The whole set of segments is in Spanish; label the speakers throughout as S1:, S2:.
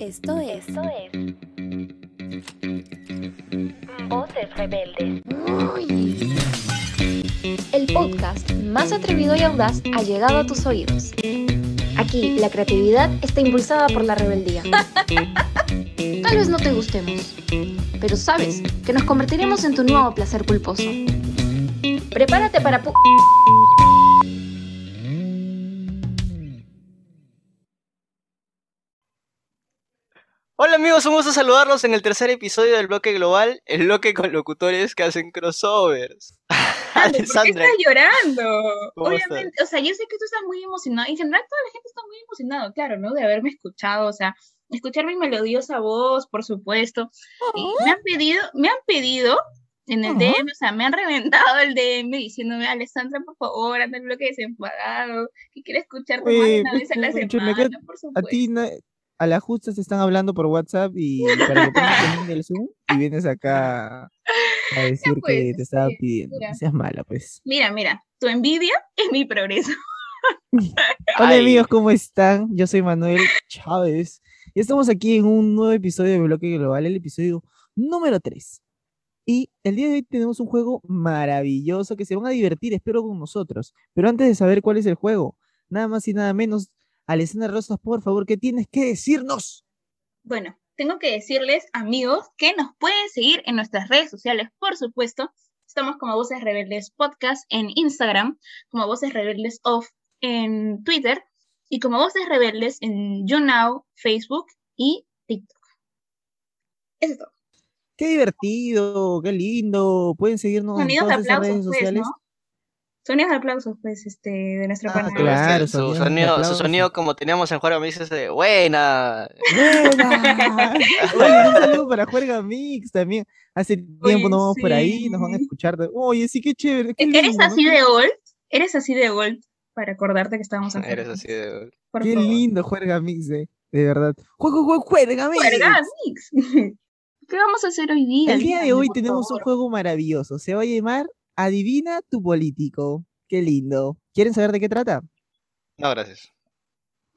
S1: Esto es. Esto es. Voces Rebeldes.
S2: El podcast más atrevido y audaz ha llegado a tus oídos. Aquí la creatividad está impulsada por la rebeldía. Tal vez no te gustemos, pero sabes que nos convertiremos en tu nuevo placer culposo. Prepárate para pu-
S3: Hola amigos, un gusto saludarlos en el tercer episodio del bloque global, el bloque con locutores que hacen crossovers.
S4: Alejandro, ¿por qué
S3: Alessandra,
S4: estás llorando?
S3: ¿Cómo
S4: Obviamente, o sea, yo sé que tú estás muy emocionado. En general, toda la gente está muy emocionada, claro, ¿no? De haberme escuchado, o sea, escuchar mi melodiosa voz, por supuesto. Y me han pedido, me han pedido en el DM, o sea, me han reventado el DM diciéndome, Alessandra, por favor, anda el bloque desenfadado, que quiero escucharte más de
S5: Oye,
S4: una vez a la
S5: escúchame, ¿qué-
S4: semana, por
S5: A
S4: supuesto.
S5: ti, na- a la justa se están hablando por WhatsApp y para que pongas el link del Zoom y vienes acá a decir
S4: pues,
S5: que te estaba
S4: este,
S5: pidiendo.
S4: mira.
S5: No seas mala, pues.
S4: Mira, mira, tu envidia es mi progreso.
S5: Hola
S3: Ay.
S5: amigos, ¿cómo están? Yo soy Manuel Chávez y estamos aquí en un nuevo episodio de Bloque Global, el episodio número 3. Y el día de hoy tenemos un juego maravilloso que se van a divertir, espero, con nosotros. Pero antes de saber cuál es el juego, nada más y nada menos, Alessandra Rosas, por favor, ¿qué tienes que decirnos?
S4: Bueno, tengo que decirles, amigos, que nos pueden seguir en nuestras redes sociales, por supuesto. Estamos como Voces Rebeldes Podcast en Instagram, como Voces Rebeldes Off en Twitter y como Voces Rebeldes en YouNow, Facebook y TikTok. Eso es todo.
S5: Qué divertido, qué lindo. Pueden seguirnos en
S4: Sonidos de
S5: todas esas
S4: aplausos,
S5: redes
S4: pues,
S5: sociales.
S4: ¿no? Sonidos de aplausos, pues, este, de nuestro
S5: Ah,
S4: canal.
S5: claro,
S3: su
S5: sonido de
S3: sonido, su
S5: aplauso.
S3: sonido como teníamos en Juega Mix es de buena.
S5: ¡Buena! Oye, un saludo para Juerga Mix también. Hace tiempo
S4: Oye,
S5: nos vamos por ahí, nos van a
S4: sí. E-,
S5: escuchar. de- Oye, sí, qué chévere. Qué
S4: ¿Eres
S5: lindo, ¿no?
S4: así de old? ¿Eres así de old? Para acordarte que estábamos acá.
S3: Eres así de...
S4: Por
S5: Qué
S4: favor.
S5: lindo Juerga Mix, eh, de verdad. ¡Juego, juego, Juerga Mix!
S4: Juerga Mix. ¿Qué vamos a hacer hoy día?
S5: El día de hoy
S4: Por
S5: tenemos un
S4: favor?
S5: juego maravilloso. Se va a llamar Adivina tu político. Qué lindo. ¿Quieren saber de qué trata?
S3: No, gracias.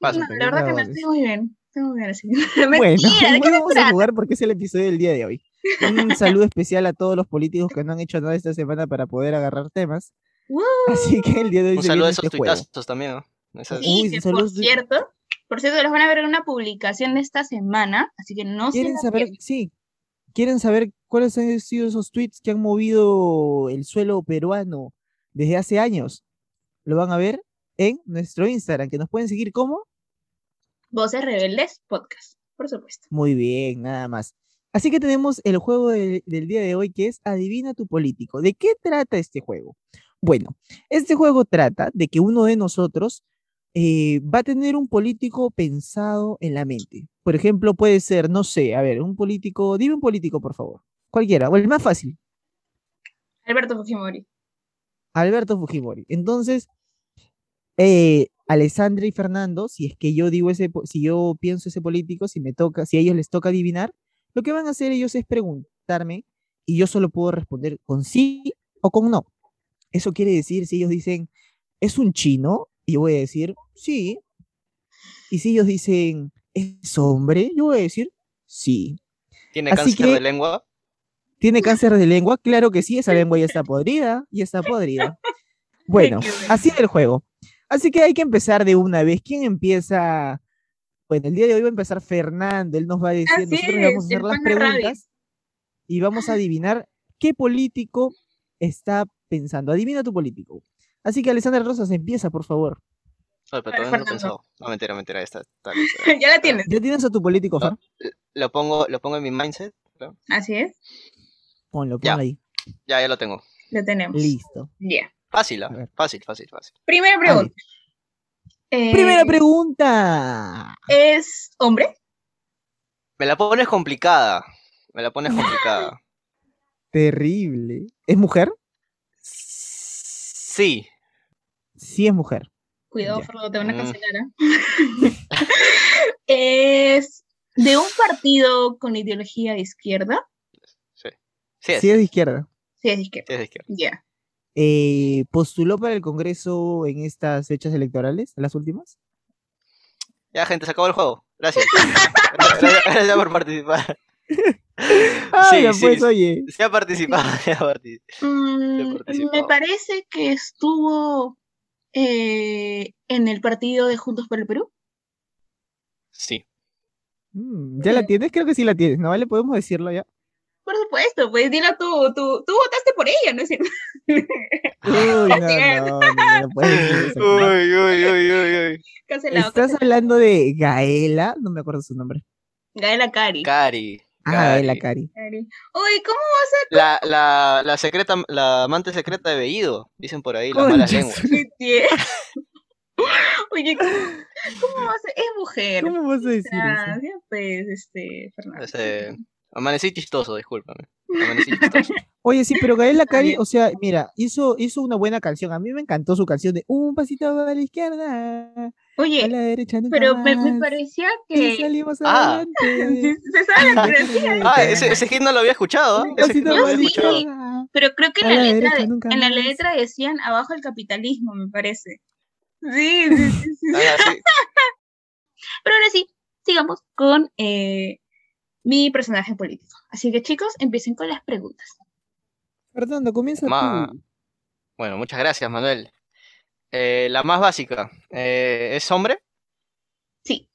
S4: No,
S3: Paso.
S4: la verdad que me estoy muy bien. Estoy muy bien así. Mentira,
S5: Bueno,
S4: ¿de qué
S5: no
S4: se
S5: vamos a
S4: trata?
S5: jugar porque es el episodio del día de hoy. Un saludo especial a todos los políticos que no han hecho nada esta semana para poder agarrar temas.
S4: Woo.
S5: Así que el día de hoy
S3: Un
S5: se
S3: saludo a
S5: viene
S3: esos
S5: este juego.
S3: tuitazos también, ¿no? Esas-
S5: Sí.
S4: Y
S5: Uy,
S4: que, por
S5: saludos de-
S4: cierto, por cierto, los van a ver en una publicación de esta semana, así que no se
S5: ¿Quieren
S4: la
S5: saber? Sí. ¿Quieren saber cuáles han sido esos tweets que han movido el suelo peruano desde hace años? Lo van a ver en nuestro Instagram, que nos pueden seguir como
S4: Voces Rebeldes Podcast, por supuesto.
S5: Muy bien, nada más. Así que tenemos el juego del, del día de hoy que es Adivina tu político. ¿De qué trata este juego? Bueno, este juego trata de que uno de nosotros eh, va a tener un político pensado en la mente. Por ejemplo, puede ser, no sé, a ver, un político, dime un político, por favor. Cualquiera, o el más fácil,
S4: Alberto Fujimori.
S5: Alberto Fujimori. Entonces, eh, Alessandra y Fernando, si es que yo digo ese, po- si yo pienso ese político, si me toca, si a ellos les toca adivinar, lo que van a hacer ellos es preguntarme y yo solo puedo responder con sí o con no. Eso quiere decir si ellos dicen es un chino y yo voy a decir sí, y si ellos dicen es hombre, yo voy a decir sí.
S3: Tiene
S5: Así
S3: cáncer
S5: que-
S3: de lengua.
S5: ¿Tiene cáncer de lengua? Claro que sí, esa lengua ya está podrida, ya está podrida. Bueno,
S4: qué bueno.
S5: así es el juego. Así que hay que empezar de una vez. ¿Quién empieza? Bueno, el día de hoy va a empezar Fernando, él nos va a decir,
S4: Así
S5: nosotros le vamos a
S4: es,
S5: hacer
S4: el
S5: las
S4: pana Rabia.
S5: preguntas y vamos a adivinar qué político está pensando. Adivina tu político. Así que Alessandra Rosas empieza, por favor.
S4: A
S3: Ay, pero
S4: ver,
S3: todavía no lo he
S4: Fernando.
S3: pensado. No, mentira, mentira, esta. tal vez, eh.
S4: ya la tienes.
S5: ¿Ya tienes a tu político,
S3: No.
S5: Fer?
S3: Lo pongo, lo pongo en mi mindset.
S4: Así es,
S5: Ponlo,
S3: Ya.
S5: ponlo ahí.
S3: Ya, ya lo tengo.
S4: lo tenemos.
S5: Listo.
S4: Ya.
S3: Fácil, ¿ah?
S5: A ver.
S3: fácil, fácil, fácil.
S4: Primera pregunta. Eh,
S5: Primera pregunta.
S4: ¿Es hombre?
S3: Me la pones complicada. Me la pones complicada.
S5: Terrible. ¿Es mujer?
S3: Sí.
S5: Sí, es mujer.
S4: Cuidado,
S5: Ya.
S4: Fernando, te van a
S3: Mm.
S4: cancelar. ¿ah? ¿Es de un partido con ideología de izquierda?
S3: Sí, es.
S5: Sí, es de izquierda.
S4: Sí, es de izquierda.
S3: Sí, es de izquierda.
S4: Ya.
S5: Eh, ¿Postuló para el Congreso en estas fechas electorales, las últimas?
S3: Ya, gente, se acabó el juego. Gracias. Gracias, gracias por participar.
S5: Ay,
S3: Sí,
S5: ya,
S3: sí,
S5: pues,
S3: sí.
S5: oye.
S3: Se ha participado, se ha participado.
S4: Mm,
S3: participó.
S4: me parece que estuvo eh, en el partido de Juntos por el Perú.
S3: Sí.
S5: Mm, ¿Ya la tienes? Creo que sí la tienes, ¿no? ¿Vale? ¿Podemos decirlo ya?
S4: Por supuesto, pues dilo tú, tú, tú votaste por ella, ¿no es cierto?
S5: Uy, no,
S4: es.
S5: no, no, no, no puedes decir eso, no.
S3: Uy, uy, uy, uy, uy.
S4: Cancelado.
S5: Estás
S4: cancelado.
S5: hablando de Gaela, no me acuerdo su nombre.
S4: Gaela Cari.
S3: Cari.
S5: Ah, Gaela
S3: Cari.
S5: Cari.
S4: Cari. Uy, ¿cómo?
S3: La, la, la secreta, la amante secreta de Bellido, dicen por ahí, las malas
S5: Concha
S3: lenguas.
S4: me tie- Oye, ¿cómo, cómo vas a- Es mujer.
S5: ¿Cómo vas a decir
S4: Ah,
S5: eso?
S4: ya, pues, este, Fernando.
S3: Este, amanecí chistoso, discúlpame. Amanecí chistoso.
S5: Oye, sí, pero Gaela Cari,
S4: bien.
S5: o sea, mira, hizo, hizo una buena canción. A mí me encantó su canción de Un pasito a la izquierda, a
S4: Oye,
S5: la derecha nunca
S4: pero me, me
S5: más,
S4: parecía
S5: y
S4: que.
S5: salimos
S3: Ah.
S5: adelante.
S4: Se sabe la coreografía,
S5: Sí,
S3: Ah,
S5: claro.
S3: ese, ese hit no lo había escuchado, ¿ah?
S5: Un
S3: Ese hit
S5: pasito
S3: no
S5: a
S3: lo
S5: la
S3: había
S4: sí.
S3: escuchado.
S5: izquierda.
S4: pero creo que
S5: A
S4: en la
S5: la
S4: letra,
S5: derecha
S4: de-
S5: nunca
S4: en la
S5: más.
S4: letra decían abajo el capitalismo, me parece. Sí, sí, sí, sí.
S3: Ah, sí.
S4: Pero ahora sí, sigamos con eh, mi personaje político. Así que chicos, empiecen con las preguntas.
S5: Fernando, comienza
S3: Ma-
S5: tú.
S3: Bueno, muchas gracias, Manuel. Eh, la más básica, eh, ¿es hombre?
S4: Sí,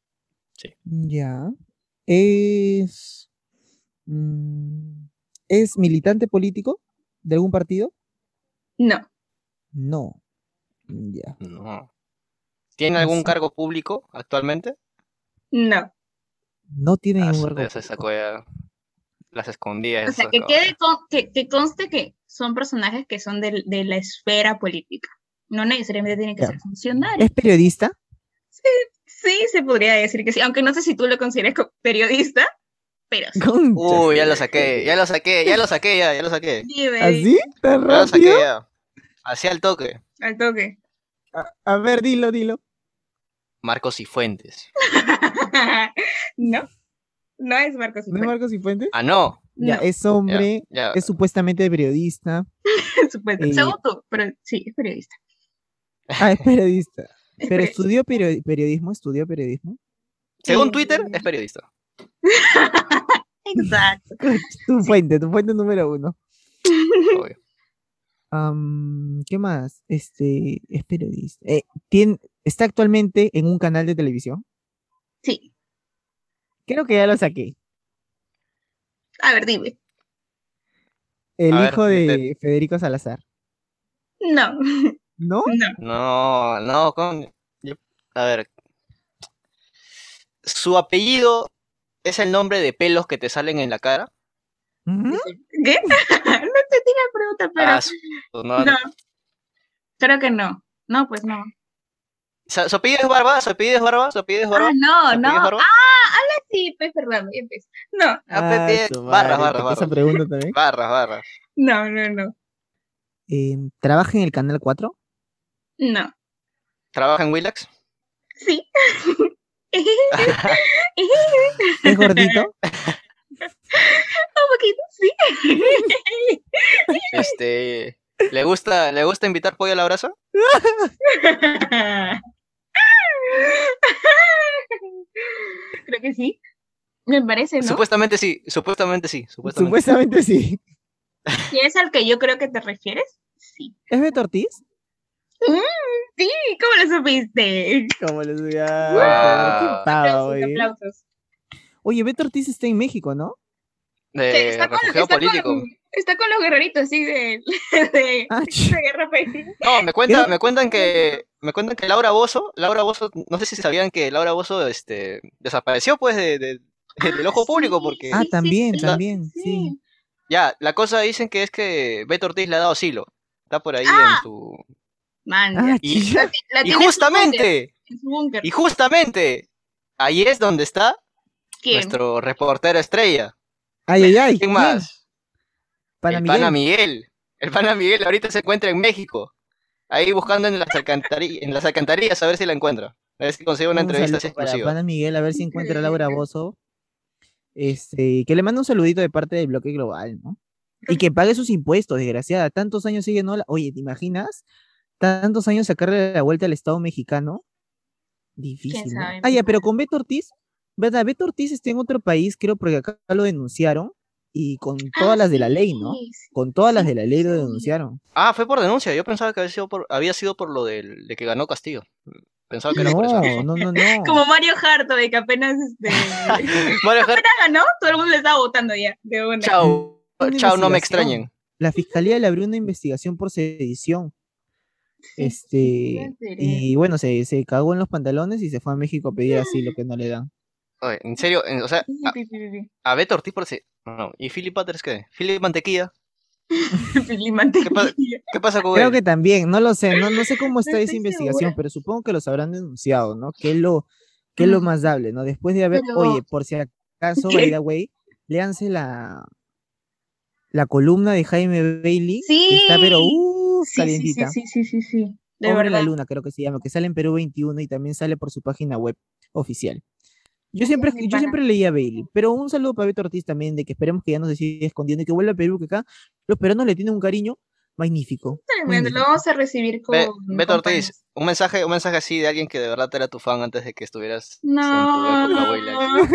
S5: Ya. Es. mm, ¿Es militante político de algún partido?
S4: no,
S5: No. Ya.
S3: No. ¿Tiene
S5: No
S3: algún
S5: sé.
S3: cargo público actualmente?
S4: no.
S5: No tiene
S3: Ah,
S5: ningún
S3: su-
S5: cargo
S3: se
S5: público.
S3: sacó ya las escondidas.
S4: O sea,
S3: esas
S4: que,
S3: cabras.
S4: quede con- que, que conste que son personajes que son del- de, la esfera política. No necesariamente tienen que
S5: Ya.
S4: ser funcionarios.
S5: ¿Es periodista?
S4: Sí, se podría decir que sí, aunque no sé si tú lo consideras co- periodista, pero sí.
S5: Concha.
S3: Uy, ya lo saqué, ya lo saqué, ya lo saqué, ya, ya lo saqué.
S4: Dime,
S5: ¿Así?
S3: Ya
S5: ¿Tan
S3: lo saqué
S5: ¿Ah, rápido?
S3: ya. Hacia el toque.
S4: al toque.
S5: A ver, dilo, dilo.
S3: Marcos y Fuentes.
S4: no, no es Marcos
S5: ¿No es Marcos y Fuentes?
S3: Ah, no.
S5: Ya, eh,
S4: No.
S5: es hombre,
S3: Ya. Ah.
S5: es supuestamente periodista.
S4: Supuesto.
S5: Eh,
S4: Según tú, pero sí, es periodista.
S5: Ah, es periodista.
S4: Es
S5: Pero
S4: peri-
S5: estudió perio- periodismo, estudió periodismo.
S3: Según Twitter, es periodista.
S4: Exacto.
S5: Tu fuente, tu fuente número uno.
S3: obvio.
S5: Am, ¿Qué más? Este, es periodista. Eh, tien- está actualmente en un canal de televisión.
S4: Sí,
S5: Creo que ya lo saqué.
S4: a ver, dime.
S5: El
S3: A ver,
S5: hijo de
S3: dite.
S5: Federico Salazar.
S4: No,
S5: ¿No?
S4: no.
S3: No, no, con. yo- A ver. Su apellido es el nombre de pelos que te salen en la cara.
S5: Ujú.
S4: ¿Qué? no te tiene pregunta, pero
S3: Ah, su, no,
S4: no. Creo que no. No, pues no.
S3: Sa- Su apellido es Barba, su apellido es Barba, su apellido es Barba.
S4: Ah, no,
S3: ¿Su apellido es
S4: no.
S3: Barba?
S4: Sí, pues Fernando, ya empieza. No,
S3: Ah,
S5: Ay,
S3: pe-
S5: su
S3: barra, barra,
S5: madre, ¿por qué Esa
S3: barra.
S5: pregunta también.
S3: Barras, barras.
S4: no, no, no.
S5: Em, ¿Trabaja en el canal 4?
S4: No.
S3: ¿Trabaja en Willax?
S4: Sí.
S5: ¿Es gordito?
S4: Un poquito, sí.
S3: Este. ¿Le gusta, ¿Le gusta invitar pollo a la brasa?
S4: Creo que sí. Me parece, ¿no?
S3: Supuestamente sí, supuestamente sí, supuestamente.
S5: Supuestamente sí.
S4: Si es al que yo creo que te refieres, sí.
S5: ¿Es Beto Ortiz?
S4: Sí, ¿cómo lo supiste?
S5: Como les digo,
S3: Wow.
S5: pavo,
S4: Aplausos,
S5: oye.
S4: aplausos.
S5: Oye, Beto Ortiz está en México, ¿no?
S4: Sí,
S3: De refugiado
S4: está
S3: Eh, político.
S4: Con, está con los guerreritos, así de, de,
S5: Ah,
S4: de guerra feliz.
S3: No, me cuentan,
S5: Creo-
S3: me cuentan que me cuentan que Laura Bozo, Laura Bozo, no sé si sabían que Laura Bozo este desapareció pues de, de- de- del ojo
S4: Ah,
S3: público
S4: sí,
S3: porque
S5: Ah,
S4: sí,
S5: también,
S4: sí,
S5: también, sí.
S3: ya, la cosa dicen que es que Beto Ortiz le ha dado asilo. Está por ahí en su
S4: Man, ya.
S5: Ah,
S3: Y-
S5: chicha.
S4: La
S3: Y
S4: tiene en su búnker,
S3: justamente,
S4: en su búnker.
S3: y justamente ahí es donde está
S4: ¿Quién?
S3: nuestro reportero estrella.
S5: Ay, ay, ay.
S3: ¿Quién más?
S5: Para
S3: el
S5: Miguel.
S3: pana Miguel. El pana Miguel ahorita se encuentra en México. Ahí buscando en las alcantarillas, en las alcantarillas a ver si la encuentra. A ver si consigue una
S5: Un
S3: entrevista así
S5: saludo para
S3: exclusiva.
S5: pana Miguel, a ver si encuentra a Laura
S4: Increíble.
S5: Bozo. Este, que le manda un saludito de parte del bloque global, ¿no? Y que pague sus impuestos, desgraciada. Tantos años sigue, ¿no? la- Oye, ¿te imaginas? Tantos años sacarle la vuelta al Estado mexicano. Difícil. ¿no?
S4: sabe,
S5: Ah, ya,
S4: pues?
S5: pero con Beto Ortiz ¿Verdad? Beto Ortiz está en otro país, creo, porque acá lo denunciaron y con todas las de la ley, ¿no?
S4: Ah, Sí, sí.
S5: Con todas las
S4: sí,
S5: de la ley lo
S4: sí.
S5: denunciaron.
S3: Ah, fue por denuncia. Yo pensaba que había sido por, había sido por lo del, de que ganó Castillo. Pensaba que era por eso.
S5: No, no, no, no.
S4: Como Mario Harto, de que apenas este,
S3: Mario Hart,
S4: apenas ganó, todo el mundo le estaba votando ya. De una.
S3: chao.
S5: Una
S3: Chao, no me
S5: investigación.
S3: extrañen.
S5: La fiscalía le abrió una investigación por sedición.
S4: sí,
S5: Este,
S4: me enteré.
S5: y bueno, se, se cagó en los pantalones y se fue a México a pedir así lo que no le dan.
S3: Oye, en serio, en- o sea,
S4: Sí,
S3: a,
S4: sí, sí, sí.
S3: a Beto Ortiz por si. No, ¿y Philip Butters qué? ¿Philip Mantequilla?
S4: Fili Mantequilla.
S3: pasa? ¿Qué pasa con
S5: Creo
S3: él?
S5: que también, no lo sé, no, no sé cómo está esa
S4: estoy
S5: investigación,
S4: segura.
S5: pero supongo que los habrán denunciado, ¿no? Que es lo, que es lo
S4: Mm.
S5: más dable, ¿no? Después de haber,
S4: Pero-
S5: oye, por si acaso,
S4: ¿Qué?
S5: by the way, léanse la, la columna de Jaime Bailey. que Está, pero,
S4: Sí.
S5: uh,
S4: Sí, sí,
S5: calientita.
S4: sí, sí, sí, sí, sí. De
S5: Hombre la
S4: verdad.
S5: Luna, creo que se llama, que sale en Perú 21 y también sale por su página web oficial. Yo siempre,
S4: mi
S5: yo
S4: pana.
S5: siempre leía a Bailey, pero un saludo para Beto Ortiz también, de que esperemos que ya no se siga escondiendo y que vuelva a Perú, que acá los peruanos le tienen un cariño magnífico.
S4: Tremendo, lo
S5: magnífico.
S4: vamos a recibir con.
S3: Ve- Beto
S4: con
S3: Ortiz,
S4: paños.
S3: un mensaje, un mensaje así de alguien que de verdad era tu fan antes de que estuvieras en tu
S4: No.
S3: época,
S4: no.
S3: Weyland.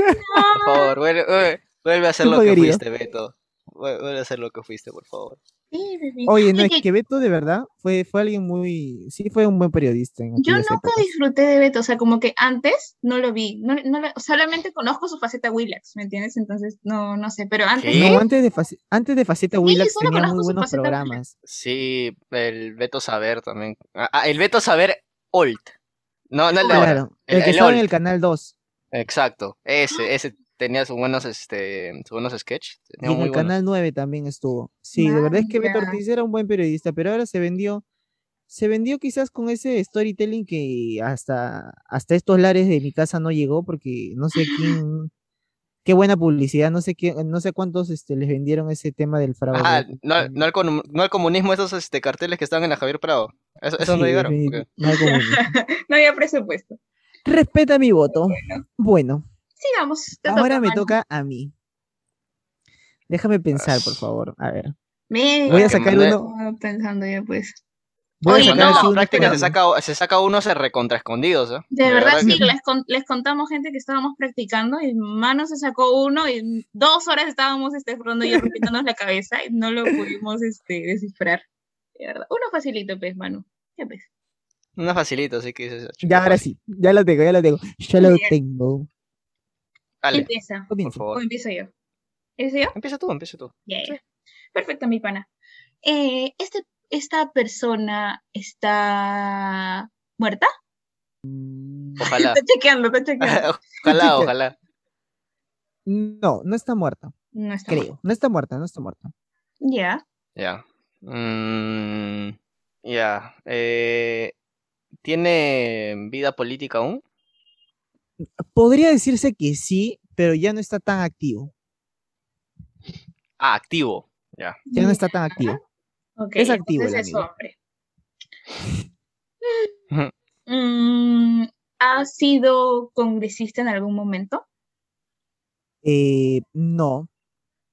S3: Por favor, vuelve, vuelve- vuelve a ser
S5: Un
S3: lo que
S5: joderido.
S3: fuiste, Beto. Vuel- Vuelve a ser lo que fuiste, por favor.
S4: Sí, baby.
S5: Oye, no, es
S4: Oye,
S5: que Beto de verdad fue, fue alguien muy, sí fue un buen periodista. en
S4: Yo
S5: aquellas
S4: nunca
S5: épocas.
S4: disfruté de Beto, o sea, como que antes no lo vi, no, no lo- solamente conozco su faceta Willax, ¿me entiendes? Entonces, no, no sé, pero antes
S3: ¿Qué?
S5: No, antes de, Fac- antes de Faceta Willax
S4: solo
S5: tenía
S4: conozco
S5: muy
S4: su
S5: buenos
S4: Faceta Willax.
S5: programas.
S3: Sí, el Beto Saber también. Ah, ah, el Beto Saber Old. No, no el de ahora.
S5: Ah, Claro, el,
S3: El-
S5: que
S3: el
S5: estaba en
S3: old.
S5: el Canal 2.
S3: Exacto. Ese, ese tenía sus buenos, este, sus buenos sketch.
S5: Y
S3: Tenía
S5: en
S3: muy
S5: el
S3: buenos.
S5: Canal 9 también estuvo. Sí, de verdad es que Beto
S4: Vaya.
S5: Ortiz era un buen periodista, pero ahora se vendió, se vendió quizás con ese storytelling que hasta, hasta estos lares de mi casa no llegó, porque no sé quién, qué buena publicidad, no sé quién, no sé cuántos este, les vendieron ese tema del fraude. Mm,
S3: Ajá, Ah, no, no al comu- no al comunismo esos este, carteles que estaban en la Javier Prado. Eso, esos no
S5: Sí,
S3: llegaron.
S5: defini-
S3: porque-
S5: no hay comunismo.
S4: no había presupuesto.
S5: Respeta mi voto. Bueno,
S4: Sigamos. te
S5: ahora me
S4: mano.
S5: toca a mí. Déjame pensar, por favor. A ver.
S4: Me-
S5: Voy a
S3: que
S5: sacar
S3: mandé-
S5: uno.
S4: Estaba pensando ya, pues.
S5: Voy a
S4: Oye,
S3: Oye,
S5: sacar
S4: no,
S5: así
S3: no,
S5: unos
S3: prácticas se
S5: peruanos.
S3: saca, se saca unos recontraescondidos, ¿eh?
S4: De, verdad, sí,
S3: que-
S4: les, con- les contamos gente que estábamos practicando y mano se sacó uno y dos horas estábamos este, frotando y rompiéndonos la cabeza y no lo pudimos este, descifrar. De verdad. Uno facilito, pues, mano. ¿Qué pues?
S3: No facilito, así que dices, "Ah, "Chuta,
S5: Ya, ahora sí, ya lo tengo, ya lo tengo. Ya lo
S4: Bien.
S5: tengo.
S3: Dale,
S4: Empieza.
S3: por
S5: Comienza.
S4: ¿O
S3: favor.
S4: empiezo yo? ¿Empiezo yo?
S3: Empieza tú, empieza tú.
S4: Ya, ya. Perfecto, mi pana. Eh, este, ¿Esta persona está muerta?
S3: Ojalá.
S4: Está chequeando, está chequeando.
S3: ojalá, ojalá.
S5: No, no está muerta,
S4: No está muerta.
S5: creo. No está muerta, no está muerta.
S4: Ya.
S3: Ya. Mm, ya. Eh, ¿Tiene vida política aún?
S5: Podría decirse que sí, pero ya no está tan activo.
S3: Ah, activo. Ya.
S5: Ya
S4: Mm.
S5: no está tan activo.
S4: Ok,
S5: Es activo
S4: entonces
S5: el
S4: es hombre.
S3: Ujú.
S4: Mm, ¿Ha sido congresista en algún momento?
S5: Eh, no.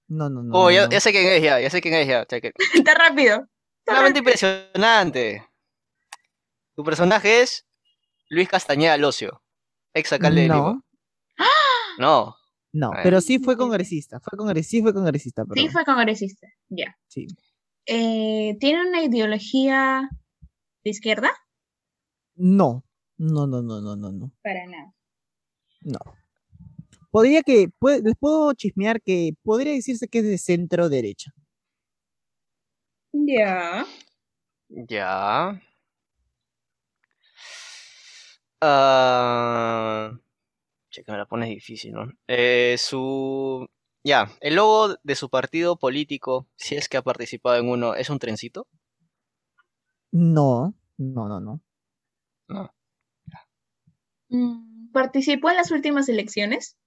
S5: No, no, no.
S3: oh,
S5: no,
S3: ya,
S5: no.
S3: ya sé quién es, ya, ya sé quién es, ya. cheque.
S4: Está rápido.
S3: Realmente impresionante. Tu personaje es Luis Castañeda Locio, ex alcalde de Lima.
S5: No,
S3: No.
S5: no,
S3: Ah, ya.
S5: pero sí fue congresista. Fue congresista, sí fue congresista, pero
S4: Sí, fue congresista. Ya.
S5: sí.
S4: Eh, ¿Tiene una ideología de izquierda?
S5: No, no, no, no, no, no, no.
S4: Para nada.
S5: No. Podría que, pue- les puedo chismear que podría decirse que es de centro derecha.
S4: Ya.
S3: Ya. Ah, che, que me la pones difícil, ¿no? Eh, su. Ya, el logo de su partido político, si es que ha participado en uno, ¿es un trencito?
S5: No, no, no, no.
S4: Mm, ¿Participó en las últimas elecciones?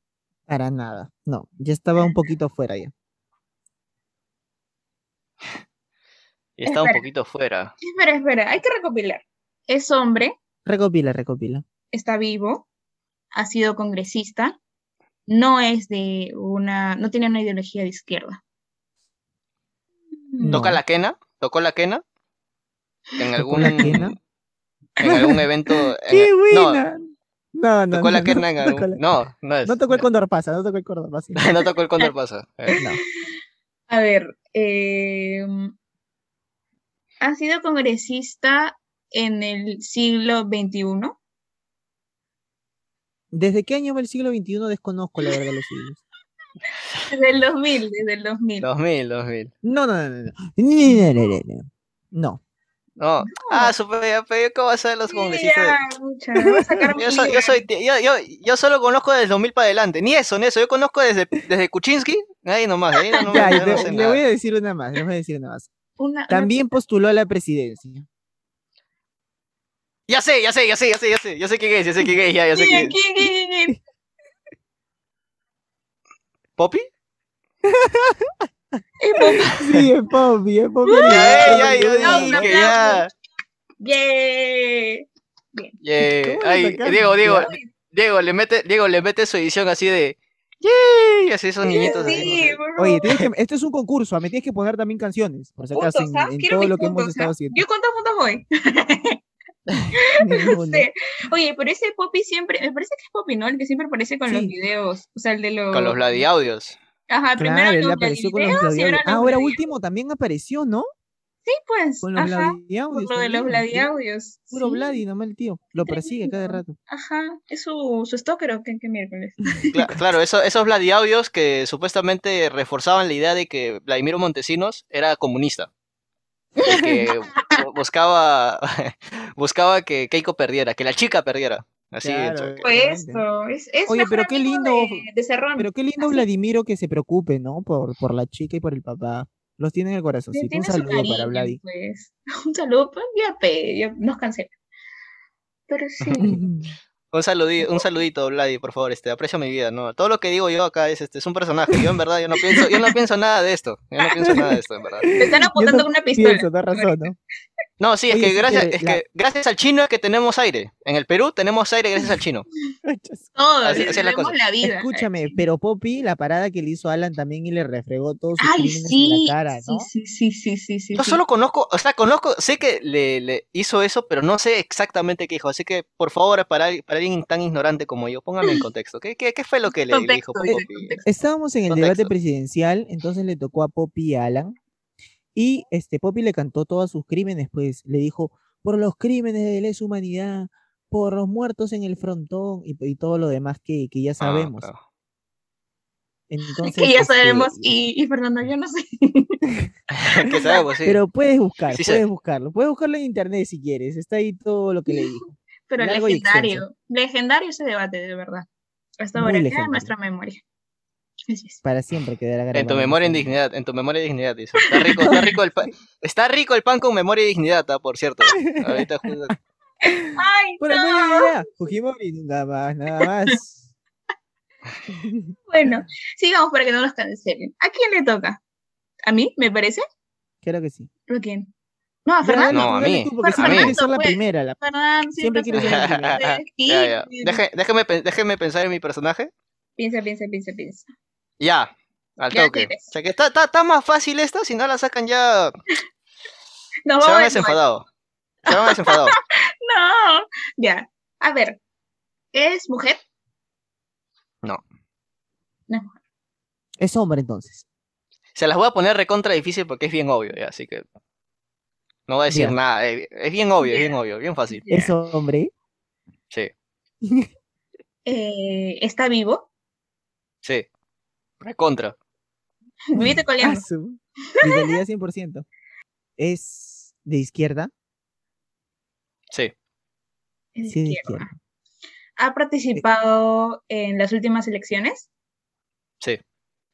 S5: Para nada. No, ya estaba un poquito fuera ya.
S3: Y está un
S4: Espera.
S3: poquito fuera.
S4: Espera, espera, hay que recopilar. Es hombre,
S5: Recopila, recopila.
S4: está vivo, ha sido congresista, no es de una, no tiene una ideología de izquierda.
S5: No.
S3: ¿Toca la quena? ¿Tocó la quena? ¿En
S5: ¿Tocó
S3: algún.
S5: la quena?
S3: En algún evento. en
S5: ¡Qué
S3: el- Eh, No,
S5: buena! No, no.
S3: Tocó
S5: no,
S3: la
S5: no,
S3: Kernan.
S5: no
S3: aún.
S5: tocó la-
S3: No, no es.
S5: No tocó el Condor Pasa, no tocó el Condor Pasa.
S3: No tocó el Condor Pasa. Eh,
S5: No.
S4: A ver, eh, ¿ha sido congresista en el siglo XXI?
S5: ¿Desde qué año va el siglo XXI? Desconozco la verdad los siglos.
S4: Desde el 2000, desde el 2000.
S3: 2000, 2000.
S5: No, no, no, no. No. no, no, no, no. No.
S3: No. Ah, super, ya, pero yo ¿cómo vas a ser los
S4: Sí,
S3: congresistas? de-
S4: ya, pucha, voy a sacar mi
S3: Yo soy,
S4: libro.
S3: yo, soy, yo, yo, yo solo conozco desde 2000 para adelante. Ni eso, ni eso. Yo conozco desde, desde Kuczynski. Ahí nomás, ahí nomás.
S5: Ya,
S3: yo no
S5: le-
S3: sé
S5: le
S3: nada. Ah,
S5: voy a decir una más, le voy a decir una más.
S4: Una- una-
S5: También postuló a la presidencia.
S3: Ya sé, ya sé, ya sé, ya sé, ya sé. Yo sé quién es, ya sé quién es, ya, ya sé
S4: ¿Quién,
S3: quién es.
S4: quién, quién, quién, quién?
S3: ¿Poppy?
S4: Es Bob-
S5: Sí, es Poppy, es Poppy.
S3: Ya, ya, yo
S4: aplauso,
S3: dije, ya.
S4: Yeah.
S3: Yeah.
S5: ¿Cómo lo
S3: Ay,
S5: sacaste?
S3: Diego, Diego,
S5: Ya.
S3: Diego, le mete, Diego, le mete su edición así de. ¡Yay! Así esos niñitos. así, no
S4: Sí,
S3: sé.
S4: por
S5: Oye,
S4: favor.
S5: tienes que- este es un concurso, ah, me tienes que poner también canciones, por si acaso,
S4: Puntos,
S5: en,
S4: ¿ah?
S5: en
S4: Quiero
S5: todo
S4: mis
S5: lo que hemos
S4: puntos, ¿ah?
S5: estado haciendo.
S4: ¿Yo cuántos puntos voy?
S5: Ninguno.
S4: Sí. Oye, pero ese Poppy siempre, me parece que es Poppy, ¿no? El que siempre aparece con los
S5: Sí.
S4: videos, o sea, el de los...
S3: Con los Vladiaudios.
S4: Ajá, primero
S5: Claro, él
S4: los
S5: apareció con los
S4: gladideos y
S5: gladiadores.
S4: ahora
S5: Ah,
S4: los
S5: Ahora
S4: gladi-
S5: último también apareció, ¿no?
S4: Sí, pues,
S5: Con los
S4: ajá,
S5: gladiaudios.
S4: por lo de los
S5: también, ¿sí?
S4: gladiaudios.
S5: Puro
S4: sí,
S5: Vladi, nomás el tío. Lo persigue cada
S4: Tremendo.
S5: rato.
S4: Ajá, es su, su stalker o qué, qué miércoles.
S3: Cla- claro, eso- esos Vladiaudios que supuestamente reforzaban la idea de que Vladimiro Montesinos era comunista. y que bu- buscaba, buscaba que Keiko perdiera, que la chica perdiera. Así.
S5: Claro,
S3: entonces,
S4: Fue
S5: Totalmente.
S4: esto, es, es
S5: Oye,
S4: mejor
S5: pero qué
S4: amigo
S5: lindo,
S4: de, de Cerrón.
S5: Pero qué lindo
S4: Así.
S5: Vladimiro que se preocupe, ¿no? Por, por la chica y por el papá. Los tiene en el corazón.
S4: Sí,
S5: Un
S4: tiene su
S5: saludo para
S4: cariño,
S5: Vladi.
S4: pues. Un saludo, pues, ya, pe, ya nos cancela. Pero sí,
S3: un, saludito, un saludito, Vladi, por favor, este, aprecio mi vida, ¿no? Todo lo que digo yo acá es, este, es un personaje, yo en verdad, yo no pienso, yo no pienso nada de esto, yo no pienso nada de esto, en verdad.
S4: te están apuntando
S5: no
S4: con una pistola.
S5: Pienso, da razón, ¿no?
S3: No, sí, es
S5: Oye,
S3: que
S5: sí,
S3: gracias,
S5: pero
S3: es
S5: la-
S3: que gracias al chino es que tenemos aire. En el Perú tenemos aire gracias al chino.
S4: Todo,
S3: Así-
S4: le
S3: así es la
S4: debemos
S3: cosa.
S4: la vida.
S5: Escúchame, pero Poppy, la parada que le hizo Alan también y le refregó todos sus
S4: Ay,
S5: crímenes
S4: sí,
S5: en la cara, ¿no?
S4: sí, sí, sí, sí, sí,
S3: Yo
S4: sí.
S3: solo conozco, o sea, conozco, sé que le, le hizo eso, pero no sé exactamente qué dijo. Así que, por favor, para, al- para alguien tan ignorante como yo, póngame en contexto. ¿Qué, qué, qué fue lo que le, le dijo
S4: Contexto, dice,
S3: Poppy?
S4: contexto.
S5: Estábamos en el
S3: Contexto.
S5: debate presidencial, entonces le tocó a Poppy y a Alan. Y este Poppy le cantó todos sus crímenes, pues le dijo, por los crímenes de lesa humanidad, por los muertos en el frontón y, y todo lo demás que, que ya
S3: Ah,
S5: sabemos.
S3: ah.
S5: Entonces,
S4: que ya
S5: este,
S4: sabemos, y, y Fernando, yo no sé.
S3: ¿Qué sabemos? Sí.
S5: Pero puedes buscar,
S3: Sí sé.
S5: puedes buscarlo, puedes buscarlo en internet si quieres, está ahí todo lo que le dijo.
S4: Pero
S5: Largo y
S4: legendario, legendario ese debate, de verdad. Hasta
S5: Muy
S4: ahora queda en
S5: legendario.
S4: nuestra memoria. Así es.
S5: Para siempre quedará grabado.
S3: en tu memoria en
S5: nuestra-
S3: dignidad, en tu memoria y dignidad, dice. Está rico, está rico el pan. Está rico el pan con memoria y dignidad, ah, por cierto. Ahorita justo-
S4: Ay,
S5: Por el
S4: no.
S5: medio de la- Fujimori, nada más, nada más.
S4: Bueno, sigamos para que no nos cancelen. ¿A quién le toca? ¿A mí, me parece?
S5: Creo que sí.
S4: ¿O a quién? No, a
S5: Ya,
S4: Fernando.
S3: No, a
S5: dale
S3: mí.
S5: tú, porque
S3: A
S5: siempre
S3: mí.
S5: quieres ser la
S4: Pues.
S5: primera, la
S4: Fernando,
S5: Siempre quiero ser el primero.
S4: Fernando. Sí,
S3: Ya, ya.
S4: sí.
S3: Deje- déjeme, pe- déjeme pensar en mi personaje.
S4: Piensa, piensa, piensa, piensa.
S3: Ya, al
S4: Ya
S3: toque.
S4: tienes.
S3: O sea que está, está, está más fácil esta, si no la sacan ya.
S4: Nos
S3: se van
S4: vamos a-
S3: desenfadados. Se van desenfadados.
S4: No. Ya. A ver. ¿Es mujer?
S3: No.
S4: No es mujer.
S5: Es hombre entonces.
S3: Se las voy a poner recontra difícil porque es bien obvio, ya, así que. No voy a decir
S5: Ya.
S3: nada. eh, Es bien obvio, es
S4: Ya.
S3: bien obvio, bien fácil.
S4: Ya.
S5: Es hombre.
S3: Sí,
S4: Eh, ¿Está vivo?
S3: sí. Recontra.
S4: Viviste
S5: Ah,
S4: coleando.
S5: su- Vitalidad 100%. Es de izquierda.
S3: Sí.
S4: Es
S5: Sí, de
S4: izquierda.
S5: izquierda.
S4: ¿Ha participado en las últimas elecciones?
S3: Sí.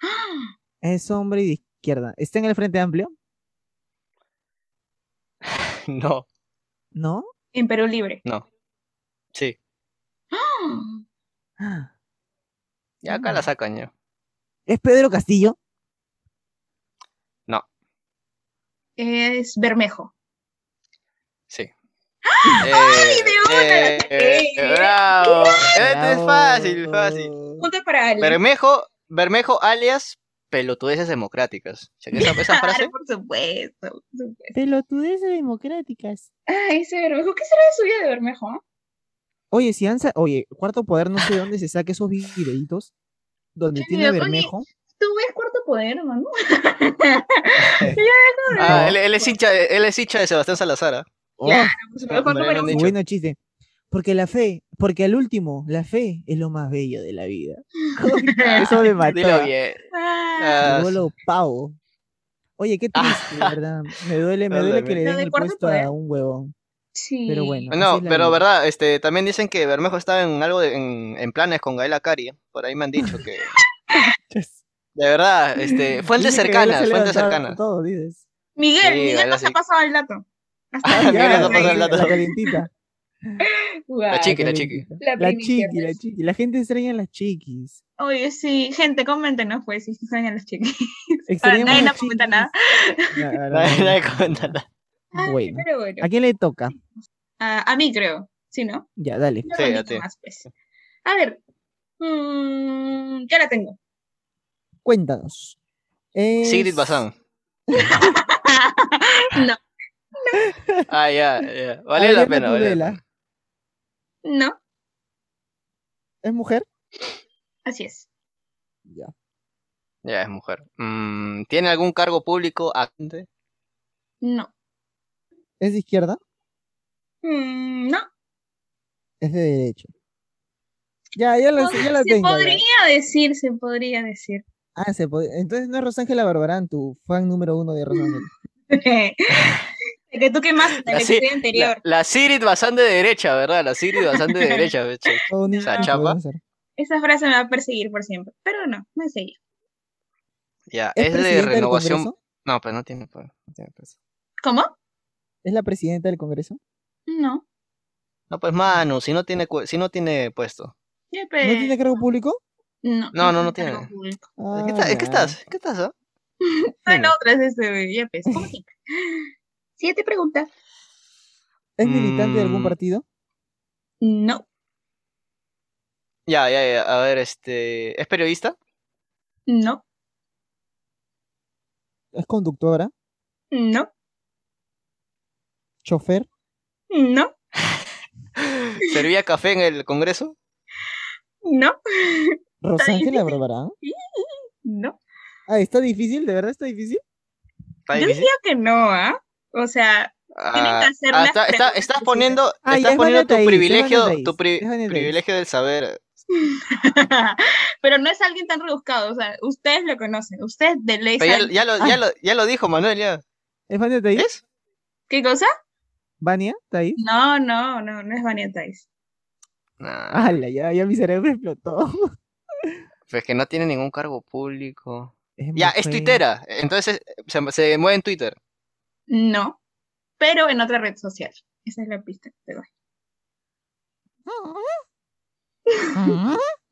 S4: ¡Ah!
S5: Es hombre y de izquierda. ¿Está en el Frente Amplio?
S3: No.
S5: ¿No?
S4: En Perú Libre.
S3: Sí.
S4: ¡Ah!
S5: Ah,
S3: Ya acá la sacan ya.
S5: ¿Es Pedro Castillo?
S4: Es Bermejo.
S3: Sí. ¡Ay,
S4: de una la saqué!
S3: ¡Bravo! Este es fácil, fácil.
S5: Bravo.
S4: Punto para Ale.
S3: Bermejo, Bermejo alias pelotudeces democráticas. O sea, que esa, esa
S4: Claro,
S3: frase.
S4: por supuesto, por supuesto.
S5: Pelotudeces democráticas.
S4: Ah, ese Bermejo. ¿Qué será de su vida de Bermejo? ah?
S5: Oye, si han sa- Oye, Cuarto Poder, no sé de dónde se saca esos videitos donde
S4: ¿Qué
S5: tiene
S4: video? Oye,
S5: Bermejo.
S4: ¿Tú ves cuarto poder, mano?
S3: Ah, él, él es hincha, de- él es hincha de Sebastián Salazar. ¿ah?
S5: Oh,
S4: claro, pues,
S3: Ah,
S4: mejor
S3: me lo
S4: comer
S3: han
S4: un-
S5: qué
S3: dicho.
S5: bueno chiste. Porque la fe, porque al último, la fe es lo más bello de la vida. Eso me mató.
S3: Dilo bien.
S4: Ah,
S3: Ah,
S5: Llegó lo pavo. Oye, qué triste, la verdad. Me duele, me
S3: No,
S5: duele
S3: la
S5: que le
S4: verdad.
S5: den
S4: Lo de
S5: el
S4: Cuarto
S5: puesto
S4: Poder.
S5: a un huevón.
S4: sí.
S5: Pero bueno.
S3: No,
S5: así es la
S3: pero
S5: vida.
S3: verdad, este, también dicen que Bermejo estaba en algo de- en, en planes con Gael Cari. ¿eh? Por ahí me han dicho que. De verdad, este, fuentes
S5: Dice que ya
S3: cercanas,
S5: se
S3: fuentes
S5: levantaba
S3: cercanas.
S5: todo, dices.
S4: Miguel,
S3: Sí,
S4: Miguel
S3: algo
S4: nos ha
S3: así.
S4: pasado el dato. Hasta
S5: Ah,
S3: Miguel
S5: ya,
S3: nos ha
S5: la-
S3: pasado el
S5: la
S3: dato.
S5: calientita.
S4: Guau.
S3: La chiqui, la chiqui.
S5: calientita.
S4: La
S5: La
S4: primicia,
S5: chiqui, la
S4: pues. Ah,
S5: chiqui. La gente extraña las chiquis.
S4: Oye, sí, gente, coméntenos pues si extrañan los chiquis. Ahora,
S5: Extrañamos
S4: nadie
S5: las
S4: nos comenta nada. Ah,
S5: chiquis. No, no, no,
S3: Nadie-
S5: no.
S3: nadie comenta nada.
S4: Ay,
S5: Bueno.
S4: Pero bueno. Ah,
S5: ¿A quién le toca?
S4: A, a mí creo, ¿sí, no?
S5: Ya, dale.
S4: Una
S3: Sí, a
S4: rondita
S3: ti.
S4: más, pues. A ver. mm, ya la tengo.
S5: Cuéntanos. Es-
S3: Sigrid Bazán.
S4: no,
S3: Ah, ya, ya. Valió la
S5: Adriana
S3: pena, valió la
S5: Tudela.
S3: pena.
S4: no,
S5: ¿Es mujer?
S4: así es.
S5: Ya.
S3: Ya es mujer. Mm, ¿Tiene algún cargo público acante?
S4: No.
S5: ¿Es de izquierda?
S4: Mm, no.
S5: Es de derecha. Ya, ya, la- ya la
S4: se
S5: tengo. ya.
S4: podría decir, se podría decir.
S5: Ah, se pod- Entonces no es Rosángela Barbarán, tu fan número uno de Rosángela.
S4: La que tú quemaste en
S3: La
S4: el
S3: sí-
S4: episodio
S3: La,
S4: anterior.
S3: la Sigrid Bazán de derecha, ¿verdad? La Sigrid Bazán de derecha. de hecho.
S5: Todo un
S3: Esa
S5: hito
S3: chapa.
S5: podemos hacer.
S4: Esa frase me va a perseguir por siempre. Pero no, no es ella.
S3: Ya,
S5: ¿Es,
S3: es de
S5: presidenta del
S3: renovación.
S5: Congreso?
S3: No, pero no tiene, pues, no tiene peso.
S4: ¿Cómo?
S5: ¿Es la presidenta del Congreso?
S4: No.
S3: No, pues Manu, si no tiene, cu- si no tiene puesto.
S4: Ya,
S5: ¿No
S4: pues,
S5: tiene cargo público?
S4: No,
S3: No, no, no
S4: tiene
S3: tiene.
S4: cargo público.
S5: Ah,
S3: ¿Qué, está- ¿Qué
S5: ya.
S3: estás? ¿Qué estás? ah?
S4: Ah, no,
S3: Dime.
S4: otra vez este, güey, ya pues, como siempre. Siguiente pregunta.
S5: ¿Es militante de algún
S3: Mm.
S5: partido?
S4: No,
S3: Ya, ya, ya. A ver, este. ¿Es periodista?
S4: no,
S5: ¿Es conductora?
S4: no,
S5: ¿Chofer?
S4: no,
S3: ¿Servía café en el Congreso?
S4: no,
S5: ¿Rosángela Barbarán?
S4: no.
S5: Ah, ¿está difícil? ¿De verdad está difícil?
S3: ¿Está
S4: Yo
S3: difícil?
S4: diría que no, ¿ah? O sea,
S3: Ah,
S4: que hacer
S3: ah,
S4: las
S3: está- está-
S4: preguntas
S3: estás
S4: que
S3: poniendo,
S5: Ah, ya
S3: estás
S5: es
S3: poniendo tu
S5: Vanessa Ice, es
S3: privilegio,
S5: Vanessa
S3: tu
S5: Ice,
S3: pri-
S5: es Vanessa Ice.
S3: privilegio del saber.
S4: pero no es alguien tan rebuscado. O sea, ustedes lo conocen. Ustedes de ley
S3: Pero ya,
S4: saben-
S3: ya lo, ya, lo, ya lo dijo Manuel, ya.
S5: ¿Es Vania Taiz?
S3: ¿Es?
S4: ¿Qué cosa?
S5: ¿Vania Taiz?
S4: No, no, no, no es Vania Tais.
S3: Nah,
S5: ¡Hala! Ya, ya mi cerebro explotó.
S3: pues que no tiene ningún cargo público.
S5: Es
S3: Ya, es
S5: mujer.
S3: tuitera. Entonces se, se mueve en Twitter.
S4: No, pero en otra red social. Esa es la pista que te doy.
S5: Ah.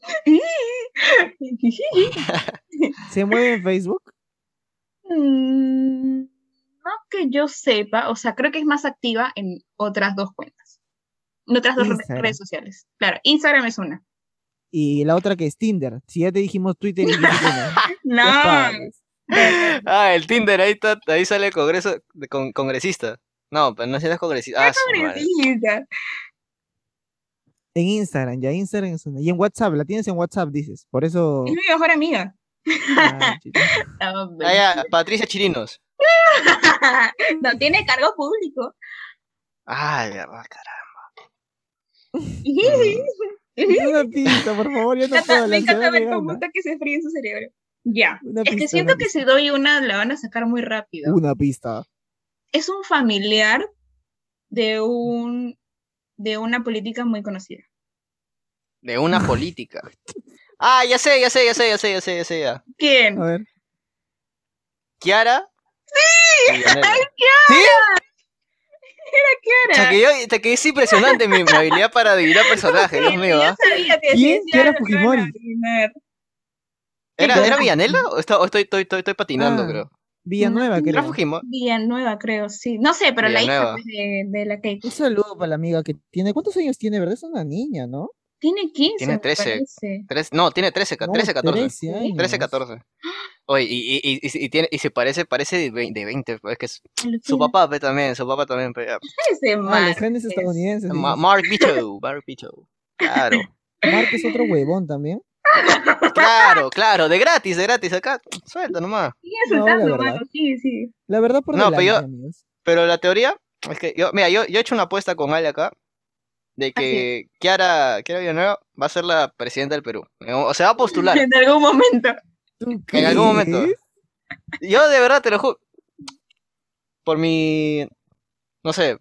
S5: ¿Se mueve en Facebook?
S4: Mm, No que yo sepa, o sea, creo que es más activa en otras dos cuentas. En otras dos re-
S5: Instagram.
S4: redes sociales. Claro, Instagram es una.
S5: Y la otra que es Tinder. Si ya te dijimos Twitter y YouTube,
S4: No,
S5: no. Ya sabes.
S3: Ah, el Tinder, ahí, está, ahí sale el congreso, de con- congresista. No, pero no si eres congresista. Ah, su madre.
S4: pobrecita.
S5: En Instagram, ya Instagram es una. Y en WhatsApp, la tienes en WhatsApp, dices. Por eso.
S4: Es mi mejor amiga.
S5: Ah, chita.
S4: No, hombre. ah.
S3: Ah, ya, Patricia Chirinos.
S4: No tiene cargo público.
S3: Ah, de verdad, carajo.
S5: Dame una pista, por favor, yo
S4: Me
S5: no puedo.
S4: encanta, me
S5: la
S4: encanta
S5: ansiedad me
S4: ver cómo
S5: gana.
S4: está que se fríe en su cerebro. Ya.
S5: Una
S4: Es que
S5: pista,
S4: siento
S5: una
S4: que
S5: pista.
S4: si doy una, la van a sacar muy rápido.
S5: Una pista.
S4: Es un familiar de un de una política muy conocida.
S3: De una política. Ah, ya sé, ya sé, ya sé, ya sé, ya sé, ya sé. Ya.
S4: ¿Quién?
S5: A ver.
S3: Kiara. ¡Sí!
S5: Ah,
S3: O sea,
S4: Clara.
S3: que yo te quedé impresionante mi, mi habilidad para adivinar personajes, Dios mío. ¿ah?
S4: sabía que
S5: ¿Quién?
S4: sí,
S5: ¿Quién
S4: ya lo
S5: era
S4: iban a
S5: Fujimori?
S4: adivinar.
S3: ¿Era,
S5: Yo-
S3: ¿era Villanela o, está- o estoy, estoy, estoy, estoy patinando,
S5: Ah,
S3: creo?
S5: Villanueva,
S4: No.
S3: ¿Era
S5: creo.
S3: Fujimori?
S4: Villanueva, creo, sí. No sé, pero
S3: Villanueva.
S4: la hija pues, de, de la que
S5: Un saludo para la amiga que tiene. ¿Cuántos años tiene, verdad? Es una niña, ¿no?
S4: tiene 15.
S3: Tiene
S4: me
S3: 13.
S4: parece.
S3: Tres- no, tiene 13, ca-
S5: No,
S3: 13, 14.
S5: 13 años. Ah,
S3: 13, 14. Oye, y, y, y, y, tiene, y se parece, parece de vein- de 20, pues, que es- su
S4: Alucina.
S3: papá pe, también, su papá también. pe, ya.
S4: Ese
S5: Ah,
S4: man.
S5: los genes estadounidenses.
S3: Ma-
S5: dices.
S3: Mark Bicho, Mark Bicho. Claro,
S5: Mark es otro huevón también.
S3: claro, claro, de gratis, de gratis, acá, suelta nomás.
S4: Sigue
S5: No, la
S4: soltando,
S5: verdad.
S4: mano. Sí, sí.
S5: La verdad por
S3: No,
S5: delante,
S3: pero yo-
S5: amigos.
S3: Pero la teoría es que yo, mira, yo, yo he hecho una apuesta con Ale acá
S5: Ah,
S3: de que Kiara, Kiara Villanueva va a ser la presidenta del Perú. O o se va a postular.
S4: En algún momento.
S3: En algún momento. Yo de verdad te lo juro. Por mi. No sé.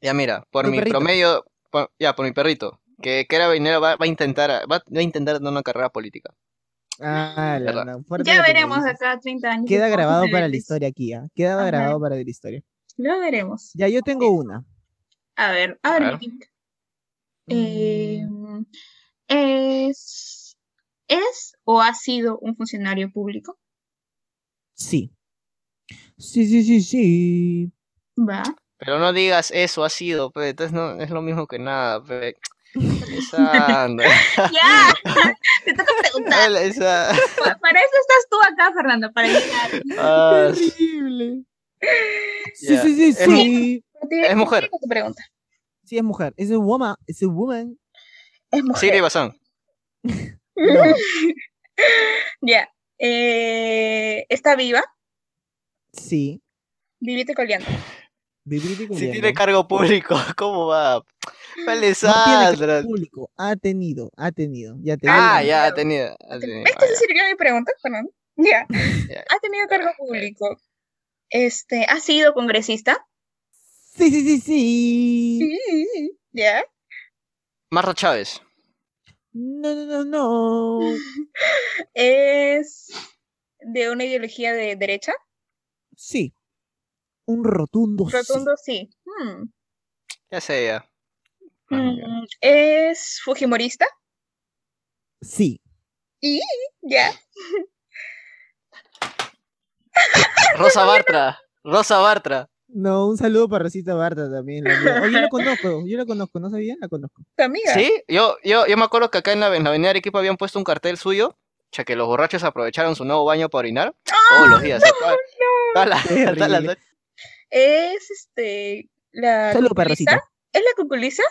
S3: Ya mira, por
S5: Tu
S3: mi
S5: perrito.
S3: promedio. por- ya, por mi perrito. Que, que era vainera, va, va a intentar. Va, va a intentar dar una carrera política.
S5: Ah, la-
S3: Verdad.
S5: la- fuerte
S4: Ya
S5: lo que me
S4: veremos
S5: dices.
S4: acá 30 años.
S5: Queda
S4: cómo
S5: grabado
S4: se
S5: para la
S4: realiza.
S5: historia aquí, ¿ah? Queda
S4: Ajá.
S5: grabado para la historia.
S4: Lo veremos.
S5: Ya, yo tengo una.
S4: A ver, a ver.
S3: A ver.
S4: Vicky.
S5: Mm.
S4: Em, ¿es, ¿Es o ha sido un funcionario público?
S5: Sí. Sí, sí, sí, sí.
S4: Va.
S3: Pero no digas eso ha sido, pe, entonces no es lo mismo que nada, pe. Alessandra,
S4: ¡Ya! Te toca preguntar.
S3: Alessandra.
S4: Pa- Para eso estás tú acá, Fernando, para llegar.
S3: Ah,
S5: Terrible. Sí,
S3: Ya.
S5: sí, sí,
S3: Es mu-
S5: sí.
S3: Es mujer.
S4: Tu pregunta.
S5: Sí, es mujer. Es a woman. Es a woman.
S4: Es mujer.
S3: Siri Bazán.
S5: No.
S4: Ya. Eh, ¿Está viva?
S5: Sí.
S4: Vivite coleando.
S5: Vivir y
S3: Si tiene
S5: coleando.
S3: cargo público, ¿cómo va?
S5: ¿eh? No tiene
S3: Alessandra.
S5: cargo público. Ha tenido, ha tenido. Ya te
S3: Ah,
S5: digo.
S3: ya, ha tenido. ha tenido,
S4: ¿Esto
S3: ah,
S4: Este sí sirvió a mi pregunta, Fernando? Ya.
S3: Ya.
S4: ¿Ha tenido cargo público? Este, ¿ha sido congresista?
S5: Sí, sí, sí, sí.
S4: Sí. ¿Ya?
S3: Marta Chávez.
S5: No, no, no, no.
S4: ¿Es de una ideología de derecha?
S5: Sí. Un rotundo, sí.
S4: Rotundo sí. Hmm.
S3: Ya sé, ya.
S5: Ah,
S3: Ah,
S4: Mm, ¿Es fujimorista?
S5: Sí.
S4: ¿Ya? Este
S3: Rosa Bartra. Rosa Bartra.
S5: No, un saludo para Rosita Barta también. la amiga. Oye, la conozco, yo la conozco, no sabía, la conozco.
S4: ¿Tu amiga?
S3: Sí, yo, yo, yo me acuerdo que acá en la, en la avenida Arequipa habían puesto un cartel suyo, ya que los borrachos aprovecharon su nuevo baño para orinar
S4: ¡Ah!
S3: todos los días. a toda- toda la-
S5: Terrible.
S3: toda la-
S4: ¿Es este, la
S5: Saludo para
S4: cuculiza?
S5: Rosita.
S4: ¿Es la cuculiza?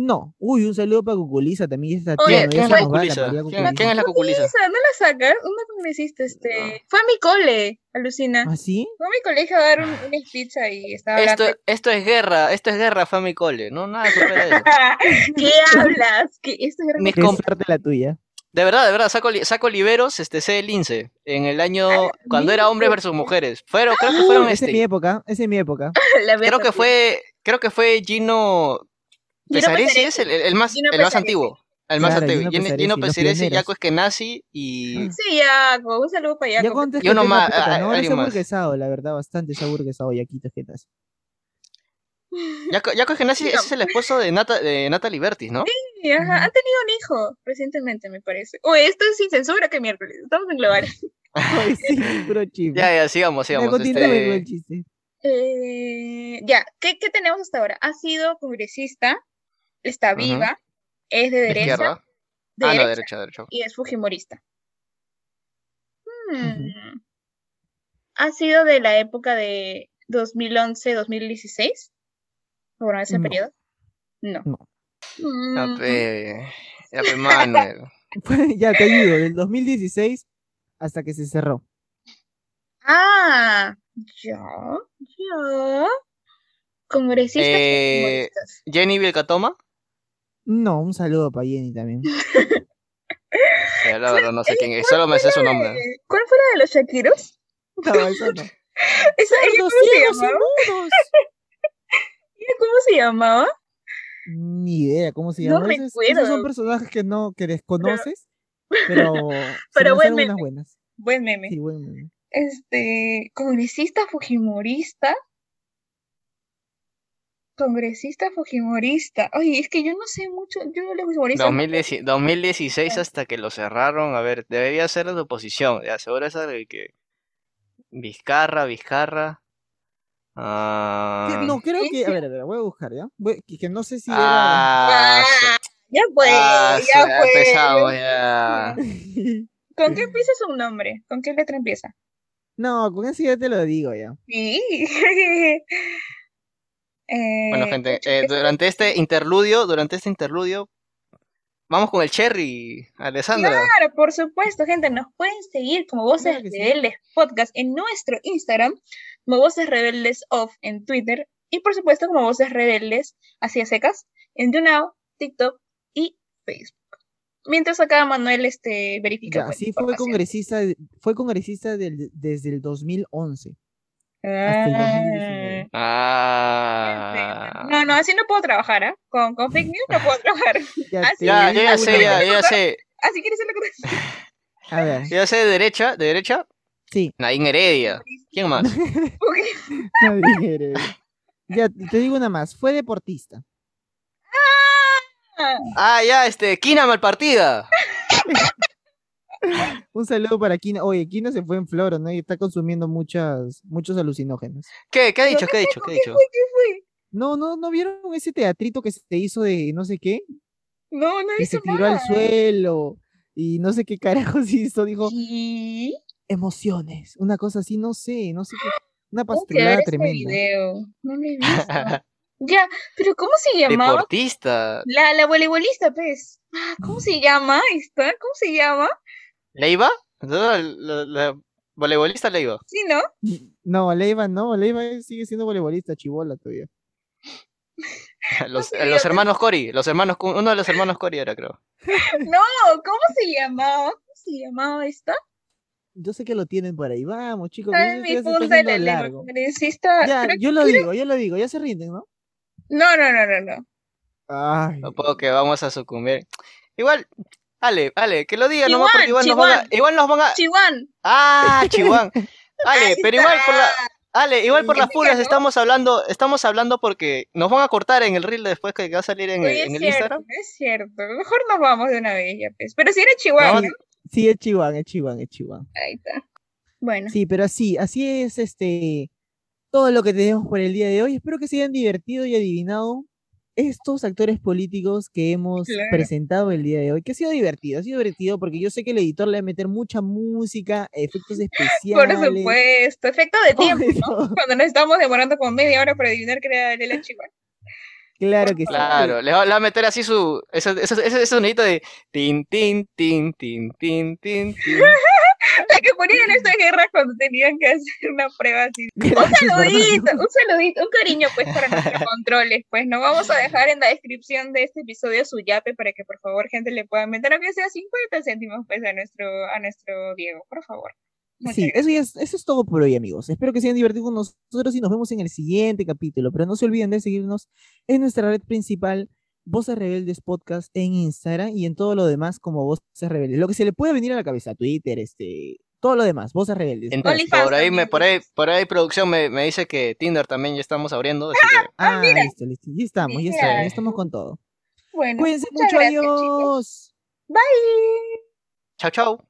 S5: No, uy, un saludo para Cuculiza también. Esa
S4: Oye,
S3: ¿Quién,
S5: tía, no,
S3: quién
S5: ya
S3: es
S5: se
S3: la
S5: nos va
S3: cuculiza?
S5: la María
S3: ¿Quién, quién es la cuculiza?
S4: Cuculiza, ¿no la sacas? Una congresista, este... Fue a mi cole, alucina.
S5: ¿Ah, sí?
S4: Fue a mi colegio a dar un, una speech ahí. Estaba
S3: Esto,
S4: hablando-
S3: esto es guerra, esto es guerra, Fami Cole. No, nada, supera eso.
S4: ¿Qué hablas? ¿Qué, esto era
S3: Mis
S5: Qué
S3: comp-
S5: suerte la tuya.
S3: de verdad, de verdad, saco, li- saco liberos, este, sé el lince, en el año, cuando era hombres versus mujeres. Pero creo que fueron
S5: Esa es mi
S3: este,
S5: época, esa es mi época.
S4: la voy a
S3: creo que
S4: copiar.
S3: fue, creo que fue Gino
S4: Gino
S3: Pesaresi
S4: Pesaresi.
S3: es el, el- el más,
S4: Gino
S3: el más
S4: Pesaresi.
S3: antiguo. El más
S5: Claro,
S3: antiguo. Gino,
S5: Gino Pesaresi,
S3: Gino
S5: los
S3: Pesaresi,
S5: pioneros.
S3: Yaco Eskenazi y.
S4: Sí, ya, un saludo para
S5: Ya
S4: Jaco.
S5: conté
S3: Y uno
S5: Getafe,
S3: más,
S5: puta,
S3: ah,
S5: no, ahora
S3: alguien
S5: se ha
S3: más.
S5: burguesado, la verdad, bastante se ha burguesado Yaquito Getafe.
S3: Yaco, Yaco Eskenazi
S4: Digamos.
S3: ese es el esposo de, Nata, de Natalie Bertis, ¿no?
S4: Sí, ajá, Han tenido un hijo recientemente, me parece. O esto es sin censura que miércoles. Estamos en global.
S5: Ay, sí, puro chisme.
S3: Ya, ya, sigamos,
S5: ya,
S3: sigamos.
S5: continúa con el
S3: Este,
S5: chiste.
S4: Eh, ya, ¿qué, qué tenemos hasta ahora? Ha sido congresista, está
S3: Ujú.
S4: viva, es de derecha,
S3: izquierda.
S4: de
S3: ah, no,
S4: derecha, Mm,
S3: derecha, derecha.
S4: y es fujimorista. Hmm. Ha sido de la época de 2011-2016. Bueno, ese
S5: No.
S4: periodo. No.
S5: No.
S3: Ya,
S4: Mm,
S3: pe. Ah, eh, Ya, pe, Manuel.
S5: Fue- ya, te ayudo, del 2016 hasta que se cerró.
S4: Ah, yo, yo. Congresistas y
S3: Eh,
S4: comunistas.
S3: Jenny Vilcatoma.
S5: No, un saludo para Jenny también.
S3: Eh, la verdad, no sé quién es. Solo me sé su nombre.
S4: Eh, ¿Cuál fue la de los Shakiros?
S5: No, eso no.
S4: Esa- ¿ella
S5: Cerdos,
S4: ¿Cómo se
S5: ciegos,
S4: llamaba?
S5: inmundos.
S4: ¿Ella ¿Cómo se llamaba?
S5: Ni idea cómo se
S4: No
S5: llama. Esos, esos
S4: recuerdo.
S5: son personajes que no que desconoces, pero,
S4: Pero
S5: pero
S4: buen
S5: unas
S4: meme.
S5: buenas.
S4: Buen meme.
S5: Sí, buen meme.
S4: Este, congresista fujimorista. Congresista fujimorista. Oye, es que yo no sé mucho. Yo los fujimoristas.
S3: 2010 2016 hasta que lo cerraron. A ver, debería ser la de oposición. Ya, seguro esa de que. Vizcarra, Vizcarra.
S5: Que-
S3: Ah,
S5: No, creo
S4: Sí,
S5: que. A
S4: sí.
S5: ver, a ver, voy a buscar, ¿ya? Voy- que, que no sé si
S3: ah,
S4: Ah,
S3: su-
S4: ya fue,
S3: ah, su-
S4: ya pues.
S3: ah,
S4: fue.
S3: pesado, ya.
S5: era.
S4: ¿Con qué empieza su nombre? ¿Con qué letra empieza?
S5: No, con eso ya te lo digo ya.
S4: Sí. Eh,
S3: Bueno, gente,
S4: pucha,
S3: eh,
S4: es-
S3: durante este interludio, durante este interludio, vamos con el cherry, Alessandra.
S4: Claro, por supuesto, gente, nos pueden seguir como Voces
S5: Claro que sí.
S4: Rebeldes Podcast en nuestro Instagram, como Voces Rebeldes Off en Twitter y por supuesto como Voces Rebeldes así a secas en YouNow, TikTok y Facebook. Mientras acá Manuel este, verifica.
S5: Ya,
S4: pues,
S5: sí, fue
S4: información.
S5: congresista, fue congresista del- desde el 2011. hasta el
S4: Ah,
S5: 2019.
S3: Ah.
S4: No, no, así no puedo trabajar, ¿ah? Con, con fake news no puedo trabajar.
S5: Ya,
S4: Ah,
S5: te
S4: sí,
S3: Ya,
S5: digo
S3: yo ya sé,
S5: una-
S3: ya, yo ya sé.
S4: Así quieres ser lo que
S5: A ver,
S3: Yo ya sé de derecha, de derecha,
S5: sí.
S3: Nadine Heredia. ¿Quién más?
S5: no dije. Ya, te digo una más. Fue deportista.
S4: Ah,
S3: Ah, ya, este, Kina Malpartida.
S5: Un saludo para Kino. Oye, Kino se fue en floro, ¿no? Y está consumiendo muchas, muchos alucinógenos.
S3: ¿Qué? ¿Qué ha dicho? ¿Qué ha dicho? ¿Qué ha dicho?
S5: No, no, ¿no vieron ese teatrito que se hizo de no sé qué?
S4: No, no
S5: Que se
S4: hizo
S5: tiró al
S4: nada.
S5: suelo y no sé qué carajos hizo. Dijo,
S4: Y-
S5: emociones. Una cosa así, no sé, no sé qué. Una
S4: Tengo que ver
S5: pastrulada
S4: ese
S5: tremenda.
S4: este video. No lo he visto. ya, pero ¿cómo se llamaba?
S3: Deportista.
S4: La, la voleibolista, pues. Ah, ¿Cómo
S5: Mm.
S4: se llama esta? ¿Cómo se llama?
S3: ¿Leiva? ¿La, la, la voleibolista Leiva?
S4: Sí, ¿no?
S5: No, Leiva no, Leiva sigue siendo voleibolista, chivola todavía.
S3: Los,
S4: sé,
S3: los
S4: yo-
S3: hermanos Cori, los hermanos, Cu- uno de los hermanos Cori era, creo.
S4: No, ¿cómo se llamaba? ¿Cómo se llamaba esta?
S5: Yo sé que lo tienen por ahí. Vamos, chicos. que
S4: Ay,
S5: esto
S4: mi
S5: ya se está
S4: punta de la
S5: haciendo
S4: lengua.
S5: largo.
S4: congresista,
S5: Ya,
S4: creo-
S5: yo lo digo, yo lo digo, ya se rinden, ¿no?
S4: No, no, no, no, no.
S5: Ay.
S4: pues.
S3: No puedo que vamos a sucumbir. Igual, Ale, Ale, que lo diga nomás porque igual
S4: Chihuán,
S3: nos van a. Igual nos van a.
S4: Chihuán.
S3: ¡Ah, Chihuán! Ale,
S4: Ahí
S3: pero igual por la.
S4: Ah, está.
S3: Ale, igual por las
S4: Significa,
S3: puras
S4: ¿no?
S3: estamos hablando, estamos hablando porque nos van a cortar en el reel después que va a salir en, el-
S4: Oye, es
S3: en el
S4: cierto,
S3: Instagram.
S4: es cierto. Mejor nos vamos de una vez ya, pues. Pero si era Chihuahua,
S5: Sí, sí, es Chihuahua, es Chihuahua, es Chihuahua.
S4: ahí está. Bueno,
S5: Sí, pero así, así es este todo lo que tenemos por el día de hoy. Espero que se hayan divertido y adivinado estos actores políticos que hemos
S4: Claro.
S5: presentado el día de hoy, que ha sido divertido, ha sido divertido porque yo sé que el editor le va a meter mucha música, efectos
S4: por
S5: especiales.
S4: supuesto. Efecto de
S5: todo
S4: tiempo, ¿no?
S5: eso.
S4: cuando nos estamos demorando como media hora para adivinar que era la chiva.
S5: Claro que sí.
S3: Claro, le va, le va a meter así su. Ese, ese, ese, ese sonidito de. Tin, tin, tin, tin, tin, tin, tin.
S4: La que ponían en estas guerras cuando tenían que hacer una prueba así. Un
S5: Gracias,
S4: saludito,
S5: Fernando.
S4: un saludito, un cariño pues para nuestros controles. Pues no vamos a dejar en la descripción de este episodio su yape para que por favor gente le pueda meter aunque sea 50 céntimos pues a nuestro, a nuestro Diego, por favor. Muchas
S5: Sí,
S4: gracias.
S5: eso, ya es, eso es todo por hoy, amigos. Espero que se hayan divertido con nosotros y nos vemos en el siguiente capítulo. Pero no se olviden de seguirnos en nuestra red principal, Voces Rebeldes Podcast, en Instagram y en todo lo demás como Voces Rebeldes. Lo que se le puede venir a la cabeza, Twitter, este, todo lo demás, Voces Rebeldes.
S3: Entonces,
S4: OnlyFans
S3: por ahí, me,
S4: también,
S3: por ahí,
S4: dices.
S3: por ahí producción me, me dice que Tinder también ya estamos abriendo. Así que
S5: ah,
S4: mira.
S5: listo, listo. Ya estamos, ya
S4: Mira.
S5: estamos, ya estamos con todo.
S4: Bueno,
S5: Cuídense
S4: muchas
S5: mucho,
S4: gracias, chicos.
S5: adiós.
S4: Bye.
S3: chao, chao.